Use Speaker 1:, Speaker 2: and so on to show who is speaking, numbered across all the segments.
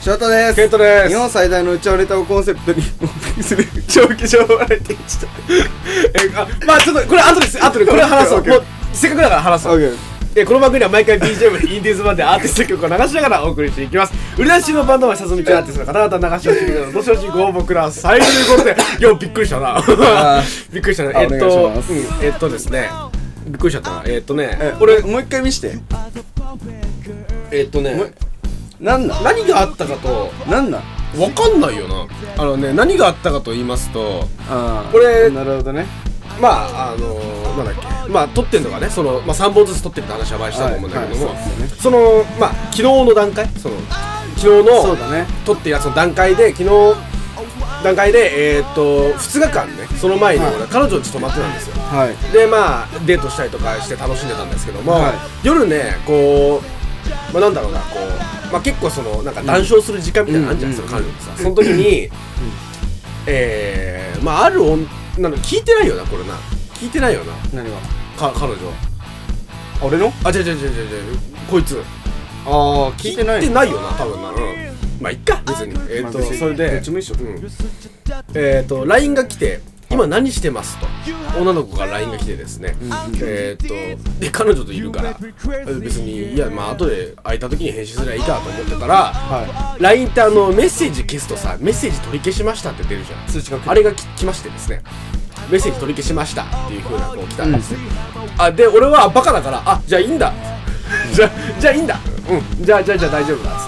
Speaker 1: 翔太です
Speaker 2: ケントです
Speaker 1: 日本最大のうちわネタをコンセプトにお送りする小気象バラエティーちょっ
Speaker 2: えあまあちょっとこれ後です後でこれ話そ
Speaker 1: オ
Speaker 2: う
Speaker 1: ッケー
Speaker 2: も
Speaker 1: オッ
Speaker 2: うせっかくだから話
Speaker 1: と
Speaker 2: そう
Speaker 1: OK
Speaker 2: えこの番組では毎回 BGM インディーズ版でアーティスト曲を流しながらお送りしていきます売り出し中のバンドはさずみちアーティストの方々流しをしてくださいどしどしご応募くだ さいということでいやびっくりしたなびっくりしたな
Speaker 1: あ
Speaker 2: えっ
Speaker 1: お
Speaker 2: と、
Speaker 1: 願いします
Speaker 2: うんえっとですねびっくりしちゃったなえっとね
Speaker 1: え
Speaker 2: 俺
Speaker 1: もう一回見して
Speaker 2: えっとね
Speaker 1: もうなんなん
Speaker 2: 何があったかと
Speaker 1: なんなん
Speaker 2: わかんないよなあのね何があったかと言いますと
Speaker 1: あー
Speaker 2: これ
Speaker 1: なるほどね
Speaker 2: まああのーなんだっけまあ撮ってんのがねその、まあ、3本ずつ撮ってるって話は前したと思うんだけども、
Speaker 1: はいはいそうです
Speaker 2: そのまあ昨日の段階その昨日
Speaker 1: そうだ
Speaker 2: の
Speaker 1: ね
Speaker 2: 撮ってるやつの段階で昨日段階でえーっと2日間ねその前に俺、
Speaker 1: はい
Speaker 2: 彼女に泊まってたんですよ
Speaker 1: はい
Speaker 2: でまあデートしたりとかして楽しんでたんですけども、
Speaker 1: はい
Speaker 2: 夜ねこう、まあ、なんだろうなこう、まあ、結構そのなんか談笑する時間みたいなのあるじゃないですか、
Speaker 1: うん
Speaker 2: 彼女とさその時に、えー、まあある女なの聞いてないよなこれな聞いてないよな
Speaker 1: 何が
Speaker 2: か彼女
Speaker 1: 俺の
Speaker 2: あ違う違う違う違う違うこいつ
Speaker 1: ああ聞いてない
Speaker 2: 聞いてないよな多分な、うん、まあいっか別にえっ、と、
Speaker 1: まあ別に
Speaker 2: それで
Speaker 1: どっちも一緒
Speaker 2: うんえっ、と LINE が来て今何してますと女の子から LINE が来てですね、えーっとで彼女といるからえ別にいやまあ後で会えた時に返信すればいいかと思ってたら、
Speaker 1: は
Speaker 2: LINE ってあのメッセージ消すとさメッセージ取り消しましたって出るじゃん
Speaker 1: 通知が来る
Speaker 2: あれがき来ましてですねメッセージ取り消しましたっていうふうなこう来たんです、あで俺はバカだからあじゃあいいんだじゃじゃあいいんだうんじゃあじゃあじゃあ大丈夫だっつっ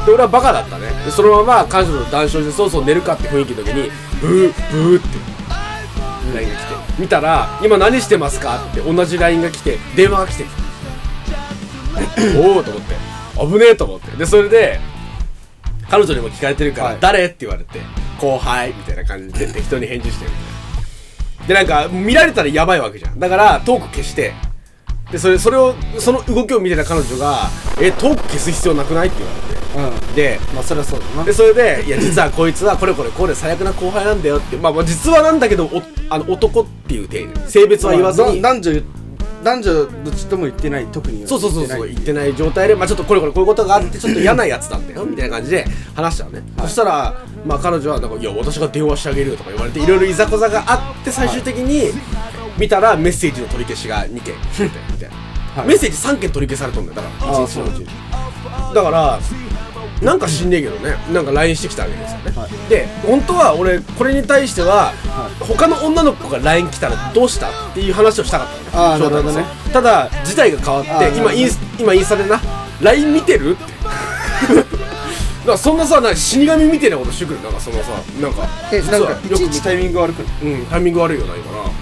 Speaker 2: てで俺はバカだったねでそのまま彼女と談笑してそうそう寝るかって雰囲気の時にブーブーって LINE が来て見たら「今何してますか?」って同じ LINE が来て電話が来て おおと思って危ねえと思ってでそれで彼女にも聞かれてるから「
Speaker 1: はい
Speaker 2: 誰?」って言われて「後輩」みたいな感じで適当に返事してるみたいなでなんか見られたらやばいわけじゃんだからトーク消してでそれそれをその動きを見てた彼女が「えトーク消す必要なくない?」って言われて
Speaker 1: うん
Speaker 2: で
Speaker 1: まあそりゃそうだな
Speaker 2: でそれで「いや実はこいつはこれこれこれ最悪な後輩なんだよ」ってまあまあ実はなんだけどおあの男っていう定義性別は言わずに
Speaker 1: まあ男女男女どっちとも言ってない特に
Speaker 2: そうそうそうそう
Speaker 1: 言
Speaker 2: 言
Speaker 1: っ
Speaker 2: ってて
Speaker 1: ない
Speaker 2: ない状態でまあちょっとこれこれこういうことがあってちょっと嫌なやつなんだよみたいな感じで話したのね、そしたらまあ彼女はなんか「いや私が電話してあげるよ」とか言われていろいろいざこざがあって最終的に見たらメッセージの取り消しが2件みたいな、
Speaker 1: はい
Speaker 2: メッセージ3件取り消されたんだよだから
Speaker 1: あー
Speaker 2: 1日のうちにだからなんか知んねえけどねなんか LINE してきたわけですよね、
Speaker 1: は
Speaker 2: で本当は俺これに対しては、
Speaker 1: はい
Speaker 2: 他の女の子が LINE 来たらどうしたっていう話をしたかった
Speaker 1: あー
Speaker 2: のね翔太に
Speaker 1: なるほどね
Speaker 2: ただ事態が変わって
Speaker 1: あーなるほ
Speaker 2: 今
Speaker 1: ど
Speaker 2: インス今インスタでな LINE 見て るってだからそんなさなんか死神みたいなことしてくるなんかそのさなんか
Speaker 1: えなん
Speaker 2: 実は
Speaker 1: かいちいちタイミング悪くない
Speaker 2: うんタイミング悪いよな今なだか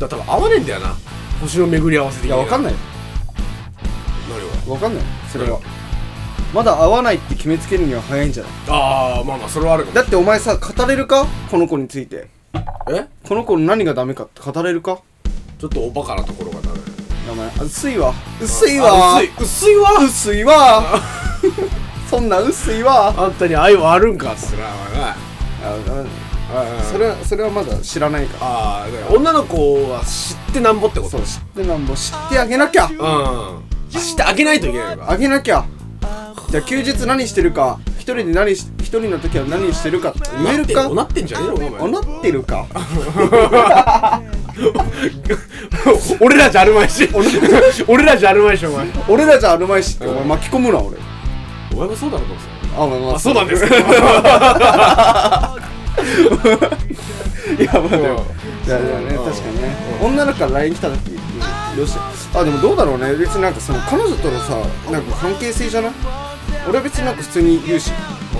Speaker 2: ら多分合わねえんだよな星の巡り合わせ
Speaker 1: い
Speaker 2: で
Speaker 1: やわかんないいよ
Speaker 2: 何が
Speaker 1: わかんないそれはまだ会わないって決めつけるには早いんじゃない
Speaker 2: ああまあまあそれはあるかも
Speaker 1: だってお前さ語れるかこの子について
Speaker 2: え
Speaker 1: この子の何がダメかって語れるか
Speaker 2: ちょっとおバカなところがダメ
Speaker 1: 名前あ薄いわ薄いわ
Speaker 2: あ薄い薄いわ
Speaker 1: 薄いわそんな薄いわ
Speaker 2: あんたに愛はあるんかっつってなお前な
Speaker 1: ああ
Speaker 2: そ
Speaker 1: そ
Speaker 2: れ
Speaker 1: れはそれはまだ知らないから
Speaker 2: ああだから女の子は知ってなんぼってこと
Speaker 1: そう知ってなんぼ知ってあげなきゃ
Speaker 2: うん知ってあげないといけないのか
Speaker 1: あげなきゃじゃあ休日何してるか一人で何し一人の時は何してるかって言えるか
Speaker 2: おなってんじゃねえのかお前
Speaker 1: おなってるか
Speaker 2: 俺らじゃあるまいし 俺らじゃあるまいしお前
Speaker 1: 俺らじゃあるまいしってお前巻き込むな俺
Speaker 2: お前もそうだろどう
Speaker 1: あまあま
Speaker 2: あそうなんですか
Speaker 1: いやまあでも
Speaker 2: うん
Speaker 1: いやいやね
Speaker 2: うん
Speaker 1: 確かにね女の子から LINE 来た時どうしてあでもどうだろうね別になんかその彼女とのさなんか関係性じゃない俺は別になんか普通に言うし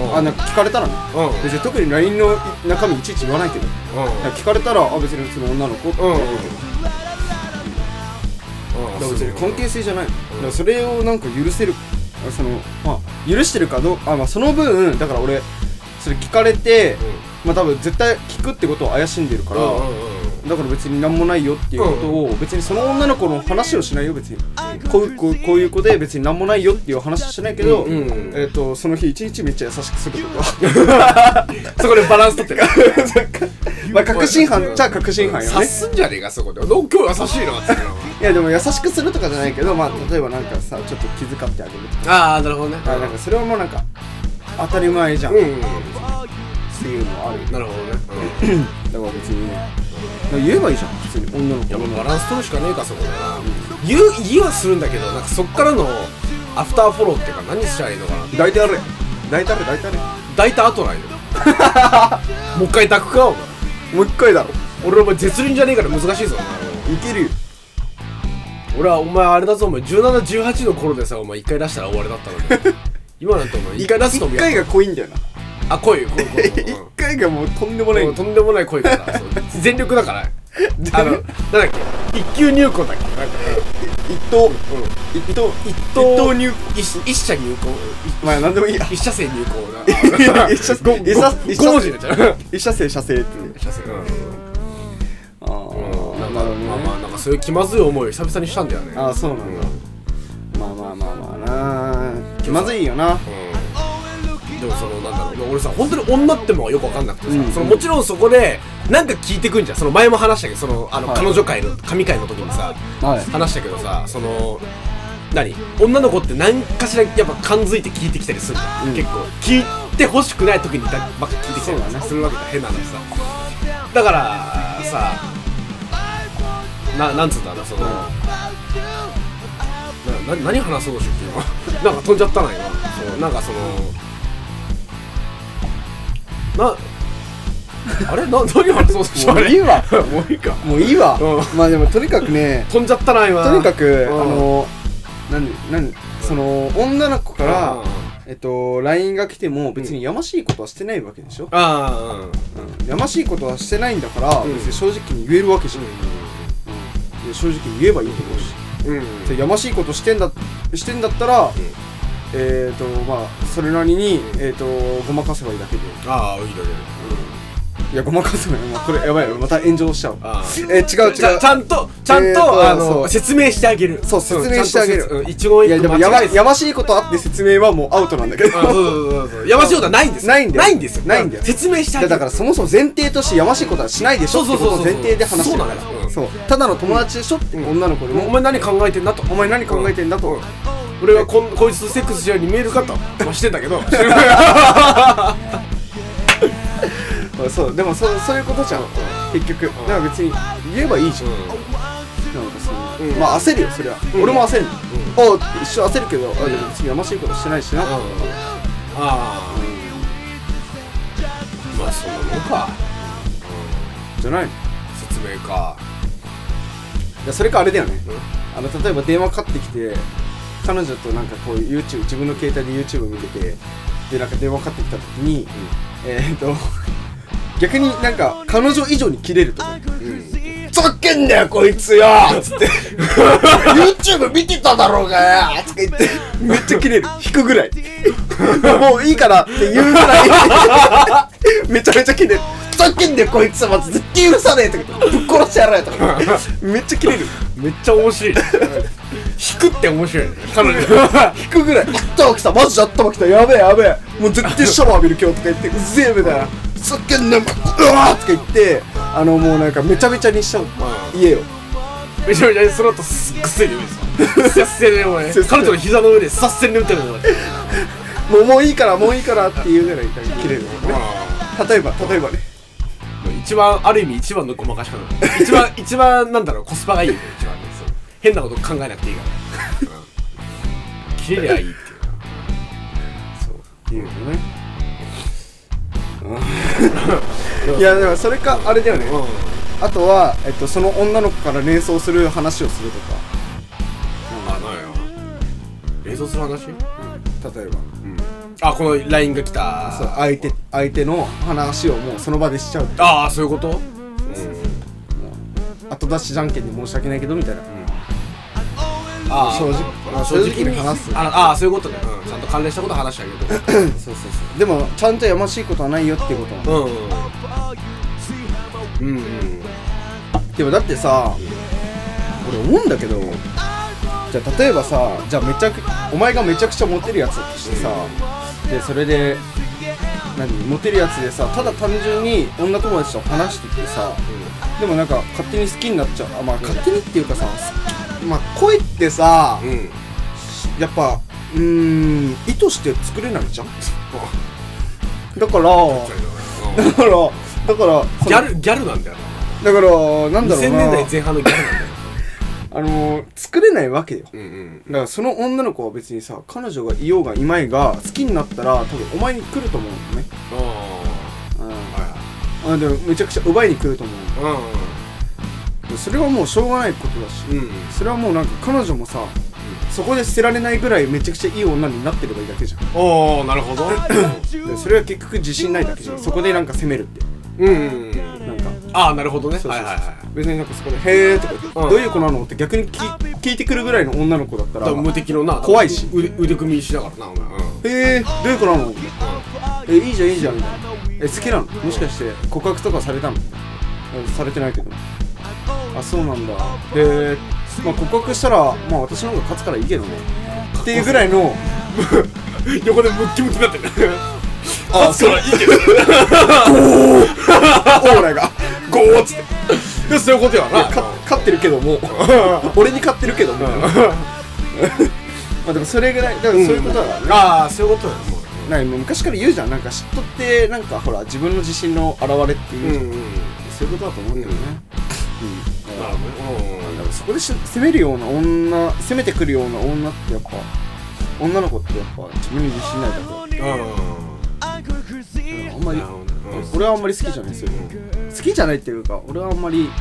Speaker 2: うん
Speaker 1: あなんか聞かれたらね
Speaker 2: うん
Speaker 1: 別に特に LINE の中身いちいち言わないけどなんか聞かれたらあ別に普通の女の子って
Speaker 2: うんうんうん
Speaker 1: だから別に関係性じゃないの、だからそれをなんか許せるあそのまあ許してるかどうあまあその分だから俺それ聞かれて、まあ多分絶対聞くってことを怪しんでるから、
Speaker 2: うんうんうん
Speaker 1: だから別に何もないよっていうことを、別にその女の子の話をしないよ別にこういう子こういう子で別に何もないよっていう話はしないけど、
Speaker 2: うんうん
Speaker 1: えっ、とその日一日めっちゃ優しくするとか
Speaker 2: そこでバランス取ってる
Speaker 1: まあ確信犯っちゃ確信犯よ
Speaker 2: 察
Speaker 1: ね
Speaker 2: すんじゃねえかそこでどう今日優しいなっつっての
Speaker 1: いやでも優しくするとかじゃないけどまあ例えばなんかさちょっと気遣ってあげると
Speaker 2: ああなるほどね
Speaker 1: かあなんかそれはもうなんか当たり前じゃん、
Speaker 2: う
Speaker 1: っ
Speaker 2: ん
Speaker 1: ていうのはある
Speaker 2: なるほどね、
Speaker 1: だから別に言えばいいじゃん普通に女の子
Speaker 2: いや
Speaker 1: に
Speaker 2: もうバランス取るしかねえかそこでな、言う言いはするんだけどなんかそっからのアフターフォローっていうか何したらいいのかな
Speaker 1: 抱いてあれ抱いてあれ抱いてあれ
Speaker 2: 抱いた後 なんよもう一回抱くかお前
Speaker 1: もう一回だろ
Speaker 2: 俺お前絶倫じゃねえから難しいぞ
Speaker 1: いけるよ
Speaker 2: お前俺はお前あれだぞお前1718の頃でさお前一回出したら終わりだった のに今なんてお前一回出すのも
Speaker 1: 一
Speaker 2: や
Speaker 1: 回が濃いんだよな
Speaker 2: あ恋恋恋恋
Speaker 1: 一 回がもうとんでもない
Speaker 2: もうとんでもない恋だから そう全力だからあのなんだっけ一級入魂だっけなんか
Speaker 1: 一等一等
Speaker 2: 一
Speaker 1: 一等
Speaker 2: 等
Speaker 1: 入
Speaker 2: 一一社入魂
Speaker 1: まあ何でもいいや
Speaker 2: 一車線入行 な
Speaker 1: 一車
Speaker 2: ご
Speaker 1: 一車
Speaker 2: ごご文字になっちゃう
Speaker 1: 一射精射精っていう
Speaker 2: 一車線
Speaker 1: あー
Speaker 2: うんなん
Speaker 1: な
Speaker 2: か
Speaker 1: るほど
Speaker 2: まあ
Speaker 1: ね
Speaker 2: まあなんかそういう気まずい思いを久々にしたんだよね
Speaker 1: あーそうなんだまあまあまあまあな気まずいよな
Speaker 2: うんでもそのなんだろう俺さ本当に女ってもよく分かんなくてさ、
Speaker 1: うん
Speaker 2: そのもちろんそこでなんか聞いてくんじゃんその前も話したけどそのあの、
Speaker 1: はい
Speaker 2: 彼女会の神会の時にさ、
Speaker 1: はい
Speaker 2: 話したけどさその何女の子って何かしらやっぱ感づいて聞いてきたりするじゃん、
Speaker 1: うん
Speaker 2: 結構聞いてほしくない時にだばっか聞いてきた
Speaker 1: そ
Speaker 2: り
Speaker 1: うだ
Speaker 2: さ
Speaker 1: ね
Speaker 2: するわけだ変な話さだからさななんつうんだろうその、なな何話そうとしてるの なんか飛んじゃったな今そうなんかそのなあれな 何話そうとして
Speaker 1: もういいわ
Speaker 2: もういいか
Speaker 1: もういいわ
Speaker 2: う
Speaker 1: まあでもとにかくね
Speaker 2: 飛んじゃったな今
Speaker 1: とにかくあ
Speaker 2: うん
Speaker 1: のなんなんその女の子からえっと LINE が来ても別にやましいことはしてないわけでしょ
Speaker 2: ああ
Speaker 1: うんやましいことはしてないんだから
Speaker 2: うん
Speaker 1: 別に正直に言えるわけじゃんいや正直に言えばいいと思うし
Speaker 2: うんうん
Speaker 1: でやましいことしてんだしてんだったらえっとまあそれなりにえっとごまかせばいいだけで
Speaker 2: ああいいだけど
Speaker 1: いやごまかせばいいもうこれやばいよまた炎上しちゃう
Speaker 2: あ
Speaker 1: え
Speaker 2: ー
Speaker 1: 違う違う
Speaker 2: ちゃちゃんとちゃんと、
Speaker 1: えーと
Speaker 2: あの
Speaker 1: そう
Speaker 2: 説明してあげる
Speaker 1: そう説明してあげる
Speaker 2: うんちゃんと説うん一言
Speaker 1: い
Speaker 2: 一
Speaker 1: や
Speaker 2: 句
Speaker 1: でもや
Speaker 2: 間
Speaker 1: ば
Speaker 2: 違えず
Speaker 1: やましいことあって説明はもうアウトなんだけど
Speaker 2: あそうそうそうそうやましいことはないんですよ
Speaker 1: ないんだよ
Speaker 2: ないんですよ
Speaker 1: ないんだよ
Speaker 2: 説明して
Speaker 1: いや
Speaker 2: あげる
Speaker 1: だからそもそも前提としてやましいことはしないでしょってことを前提で話してるか
Speaker 2: そうそうそう
Speaker 1: ら
Speaker 2: そ
Speaker 1: そうただの友達でしょって女の子で
Speaker 2: もうお
Speaker 1: も
Speaker 2: 前何考えてんだと
Speaker 1: お前何考えてんだと
Speaker 2: 俺はこんこいつとセックスしように見えるかと、まあ、してんだけど
Speaker 1: そうでもそうそういうことじゃん結局だから別に言えばいいじゃんなんかその、
Speaker 2: うん
Speaker 1: まあ焦るよそれは、
Speaker 2: ん
Speaker 1: 俺も焦るの、あ一瞬焦るけど、あでも別にやましいことしてないしな、
Speaker 2: うんああまあそんなもんか
Speaker 1: じゃないの
Speaker 2: 説明か
Speaker 1: いやそれかあれだよね、
Speaker 2: うん
Speaker 1: あの例えば電話かかってきて彼女となんかこう YouTube 自分の携帯で YouTube 見ててでなんか電話かかってきた時に、えーっと逆になんか彼女以上にキレると思うふざけんなよこいつよつって YouTube 見てただろうがよつって言ってめっちゃキレる引くぐらいもういいからって言うぐらい めちゃめちゃキレるふざけんなよこいつはまず絶対許さねえとかぶっ殺してやらえとか めっちゃキレる
Speaker 2: めっちゃ面白い引くって面白いね彼女
Speaker 1: 引くぐらい頭きたマジで頭きたやべえやべえもう絶対シャワー浴びる今日とか言ってうぜえみたいなふざけんなようわーとか言ってあのもうなんかめちゃめちゃにしちゃう家を
Speaker 2: めちゃめちゃその後すっくせえで見てた接戦でお前
Speaker 1: 接戦
Speaker 2: 彼女の膝の上で接戦で打ってるのよ
Speaker 1: もうもういいからもういいからっていうぐらい切れる
Speaker 2: お前
Speaker 1: 例えば例えばね
Speaker 2: 一番ある意味一番のごまかし方だ一番 一番なんだろうコスパがいいよね一番ねそう変なこと考えなくていいから、うん、切れりゃいいってい
Speaker 1: っ
Speaker 2: う
Speaker 1: ていうのね いやでもそれかあれだよね
Speaker 2: うん
Speaker 1: あとは、えっと、その女の子から連想する話をすると
Speaker 2: あなんよ映像する
Speaker 1: か
Speaker 2: 話、
Speaker 1: 例えば
Speaker 2: あこの LINE が来た
Speaker 1: そう相手相手の話をもうその場でしちゃう
Speaker 2: ああそういうこと
Speaker 1: 後出しじゃんけんで申し訳ないけどみたいな
Speaker 2: ああ
Speaker 1: 正直
Speaker 2: あ
Speaker 1: 正直に話す
Speaker 2: あああそういうことね、うん、ちゃんと関連したこと話してあげるとか
Speaker 1: そうそうそうでもちゃんとやましいことはないよっていうことなの
Speaker 2: うんうんうんうん
Speaker 1: でもだってさ俺思うんだけどじゃあ例えばさじゃあめちゃくお前がめちゃくちゃモテるやつだとしてさでそれで何モテるやつでさただ単純に女友達と話しててさでもなんか勝手に好きになっちゃうあまあ勝手にっていうかさ好きまあ恋ってさ
Speaker 2: うん、うん
Speaker 1: やっぱうーん意図して作れないじゃんだからだからだからその
Speaker 2: ギャルギャルなんだよ
Speaker 1: だからなん
Speaker 2: な
Speaker 1: だろう
Speaker 2: 2000年
Speaker 1: な
Speaker 2: 代前半のギャルなんだよ
Speaker 1: あのー作れないわけよ
Speaker 2: うんうん
Speaker 1: だからその女の子は別にさ彼女がいようがいまいが好きになったら多分お前に来ると思うのね
Speaker 2: ああは
Speaker 1: うんあでもめちゃくちゃ奪いに来ると思う
Speaker 2: いはい
Speaker 1: でそれはもうしょうがないことだし
Speaker 2: うんうんうん
Speaker 1: それはもうなんか彼女もさそこで捨てられないぐらいめちゃくちゃいい女になってればいいだけじゃん
Speaker 2: おおなるほど
Speaker 1: でそれは結局自信ないだけじゃんそこでなんか責めるって
Speaker 2: うんうんうん
Speaker 1: なんか
Speaker 2: ああなるほどね
Speaker 1: そうそうそう
Speaker 2: はいはいはい
Speaker 1: 別になんかそこで「へえ」とか言って、
Speaker 2: うん
Speaker 1: どういう子なの?」って逆に聞聞いてくるぐらいの女の子だったら
Speaker 2: 多分無敵のな
Speaker 1: 怖いし
Speaker 2: 腕腕組みしながらなお前うん
Speaker 1: えー、どういう子なのえいいじゃんいいじゃんみたいなえ好きなのもしかして告白とかされたのえされてないけどあそうなんだえー、まあ告白したらまあ私の方が勝つからいいけどねっていうぐらいの
Speaker 2: 横でムッキムキになってる
Speaker 1: あ
Speaker 2: そらいいけど
Speaker 1: オーラが
Speaker 2: ゴーっつってそういうことやな
Speaker 1: か勝ってるけども俺に勝ってるけども まあでもそれぐらいだからそういうことだからね、
Speaker 2: ああそういうことやも
Speaker 1: なんか昔から言うじゃんなんか嫉妬ってなんかほら自分の自信の表れって
Speaker 2: う
Speaker 1: いうじ
Speaker 2: う
Speaker 1: ゃん、
Speaker 2: んうん
Speaker 1: そういうことだと思うんだよね、うん
Speaker 2: なるほどねうん
Speaker 1: だからそこでし攻めるような女攻めてくるような女ってやっぱ女の子ってやっぱ自分に自信ないだけ
Speaker 2: う
Speaker 1: あんま
Speaker 2: ん
Speaker 1: り
Speaker 2: なるほどねうん
Speaker 1: 俺はあんまり好きじゃないですよ好きじゃないっていうか俺はあんまりな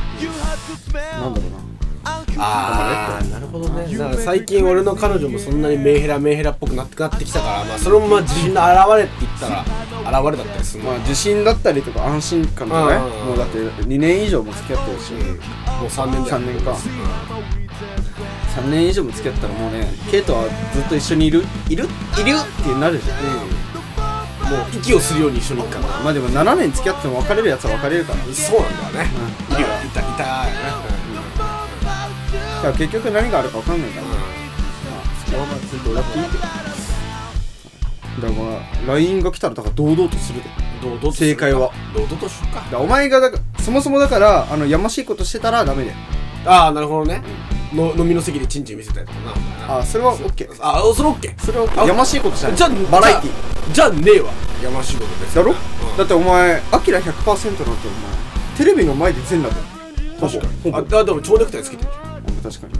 Speaker 1: んだろうな
Speaker 2: ああなるほどねだから最近俺の彼女もそんなにメンヘラメンヘラっぽくなってなってきたからまあそれもまあ自信の表れって言ったら現れだったりするの
Speaker 1: ま
Speaker 2: も
Speaker 1: あ自信だったりとか安心感とかね
Speaker 2: うん
Speaker 1: もうだって2年以上も付き合ってるし
Speaker 2: う3年だよ
Speaker 1: 3年か3年以上も付き合ったらもうねケイトはずっと一緒にいるいるいるってなるじゃん
Speaker 2: うんもう息をするように一緒に行くから
Speaker 1: まあでも7年付き合っても別れるやつは別れるからね
Speaker 2: そうなんだよね
Speaker 1: う
Speaker 2: 息が痛い痛いよね
Speaker 1: だから結局何があるか分かんないからねそこはまあちょっとラッキーだからまあ LINE が来たらだから堂々とするでだか
Speaker 2: どうどう
Speaker 1: 正解は
Speaker 2: どうどうとしようから
Speaker 1: お前がだからそもそもだからあのやましいことしてたらダメで
Speaker 2: ああなるほどねの飲みの席でチンチン見せたりとかなお前な
Speaker 1: あそれは OK
Speaker 2: あそれオッケー
Speaker 1: それは
Speaker 2: あ
Speaker 1: OK やましいことじゃない
Speaker 2: じゃあ
Speaker 1: バラエティ
Speaker 2: じゃあじゃあねえわやましいことです
Speaker 1: だろ、
Speaker 2: ん
Speaker 1: だってお前アキラ100%なんてお前テレビの前で全裸だよほぼほ
Speaker 2: あ
Speaker 1: ぼ
Speaker 2: あでも蝶ネクタイつけてる
Speaker 1: 確かにな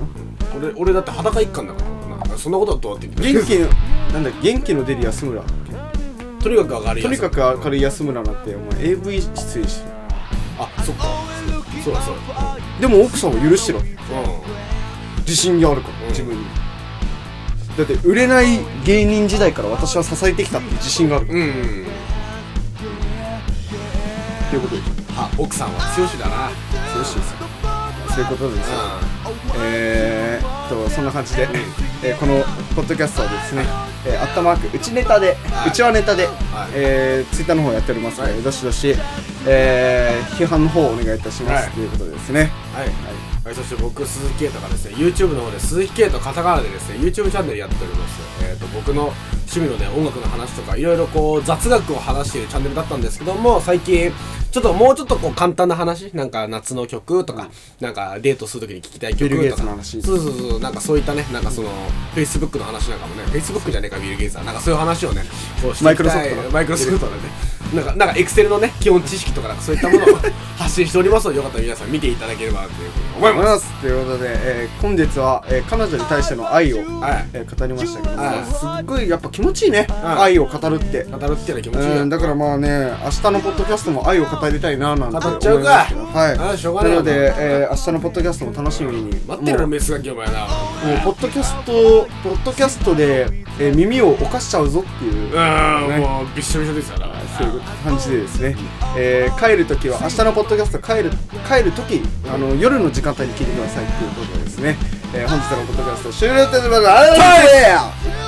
Speaker 2: 俺俺だって裸一貫だからなそんなことはどうだって言
Speaker 1: 元
Speaker 2: って
Speaker 1: 気のなんだ元気の出る安村だっ
Speaker 2: とにかく明る
Speaker 1: け
Speaker 2: い
Speaker 1: とにかく明
Speaker 2: い
Speaker 1: るい安村なんてお前 AV 出演してる
Speaker 2: あそっかそうだそうだ
Speaker 1: でも奥さんを許してろ
Speaker 2: う
Speaker 1: 自信があるから、
Speaker 2: うん
Speaker 1: 自分にだって売れない芸人時代から私は支えてきたっていう自信があるか
Speaker 2: んうん
Speaker 1: らっていうことですよ
Speaker 2: あ奥さんは強しだな
Speaker 1: ろしいですよそういうことですよえー、っとそんな感じで、えーこのポッドキャストはですね、えー、アットマークうちネタで、
Speaker 2: はいう
Speaker 1: ちはネタで、
Speaker 2: はい
Speaker 1: えー、ツイッターの方やっておりますので、
Speaker 2: はい
Speaker 1: どしどし、えー、批判の方をお願いいたします、
Speaker 2: はい
Speaker 1: ということでですね
Speaker 2: はい、はい、そして僕鈴木啓太がですね YouTube の方で鈴木啓太カタカナでですね YouTube チャンネルやっておりますえっ、と僕の趣味のね音楽の話とかいろいろこう雑学を話しているチャンネルだったんですけども最近ちょっともうちょっとこう簡単な話なんか夏の曲とか、なんかデートするときに聞きたい曲
Speaker 1: ビルゲイ
Speaker 2: と
Speaker 1: ツ
Speaker 2: か
Speaker 1: の話
Speaker 2: そうそうそうなんかそういったねなんかその Facebook の話なんかもね Facebook じゃねえかビル・ゲイツはなんかそういう話をねこうしていきたい
Speaker 1: Microsoft の
Speaker 2: マイクロソフトだね。なんか、なんかエクセルのね、基本知識とか、なんかそういったものを 発信しておりますので、よかったら皆さん見ていただければというふうに思い
Speaker 1: 思い
Speaker 2: ます。
Speaker 1: ますということで、えー本日は、えー彼女に対しての愛を、
Speaker 2: はい
Speaker 1: えー語りましたけども、
Speaker 2: はい
Speaker 1: すっごいやっぱ気持ちいいね、
Speaker 2: ん
Speaker 1: 愛を語るって、
Speaker 2: 語るっていうのは気持ちいいよ
Speaker 1: うん、だからまあね明日のポッドキャストも愛を語りたいななんて思い
Speaker 2: 語っ
Speaker 1: ま
Speaker 2: ちゃうか
Speaker 1: すけどはい
Speaker 2: あしょうがない
Speaker 1: な
Speaker 2: よ
Speaker 1: ので、えー明日のポッドキャストも楽しみに
Speaker 2: 待ってるの、
Speaker 1: も
Speaker 2: メスが今日もやな。
Speaker 1: うもうポッドキャストポッドキャストで、えー耳を犯しちゃうぞっていう、
Speaker 2: うーん、
Speaker 1: ね
Speaker 2: もうびっしょびしょですよな。
Speaker 1: そういう感じでですね、えー帰るときは明日のポッドキャスト帰る帰るときあの夜の時間帯に聞いてくださいっていうことですね、えー本日のポッドキャスト終了となりますありがとうございました